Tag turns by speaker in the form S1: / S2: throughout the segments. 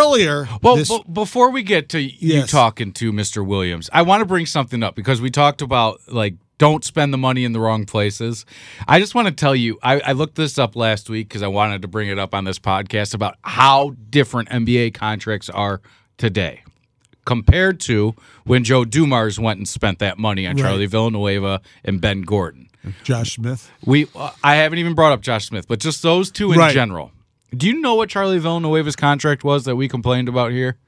S1: earlier.
S2: Well,
S1: this-
S2: b- before we get to you
S1: Yes.
S2: talking to Mr. Williams, I want to bring something up because we talked about like don't spend the money in the wrong places. I just want to tell you, I, I looked this up last week because I wanted to bring it up on this podcast about how different NBA contracts are today compared to when Joe Dumars went and spent that money on Charlie Villanueva and Ben Gordon.
S1: Josh Smith.
S2: We uh, I haven't even brought up Josh Smith, but just those two in
S1: Right.
S2: general. Do you know what Charlie Villanueva's contract was that we complained about here?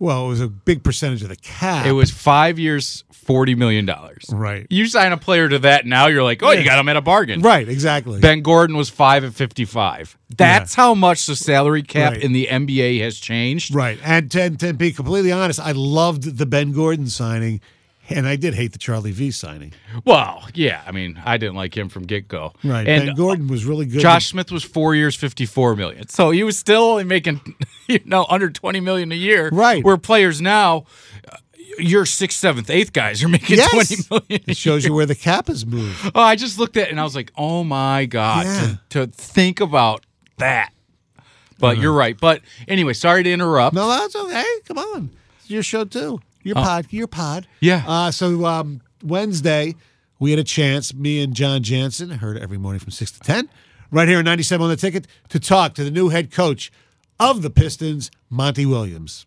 S1: Well, it was a big percentage of the cap.
S2: It was five years, forty million dollars.
S1: Right.
S2: You sign a player to that now, you're like, oh, you got him at a bargain.
S1: right, exactly.
S2: Ben Gordon was five at fifty-five. That's how much the salary cap
S1: Right.
S2: in the NBA has changed.
S1: Right. And to, to be completely honest, I loved the Ben Gordon signing, and I did hate the Charlie V signing.
S2: Well, yeah. I mean, I didn't like him from get-go. And
S1: ben Gordon was really good.
S2: Josh Smith was four years, fifty-four million. So he was still only making, you know, under twenty million a year.
S1: Right.
S2: Where players now, uh, your sixth, seventh, eighth guys are making
S1: Yes.
S2: twenty million.
S1: It shows you where the cap has moved.
S2: Oh, I just looked at it and I was like, oh my God,
S1: Yeah.
S2: to, to think about that. But you're right. But anyway, sorry to interrupt.
S1: No, that's okay. Come on. It's your show, too. Your pod. Your pod.
S2: Yeah.
S1: Uh, so um, Wednesday, we had a chance, me and John Jansen, heard every morning from 6 to 10, right here on 97 on the ticket, to talk to the new head coach of the Pistons, Monty Williams.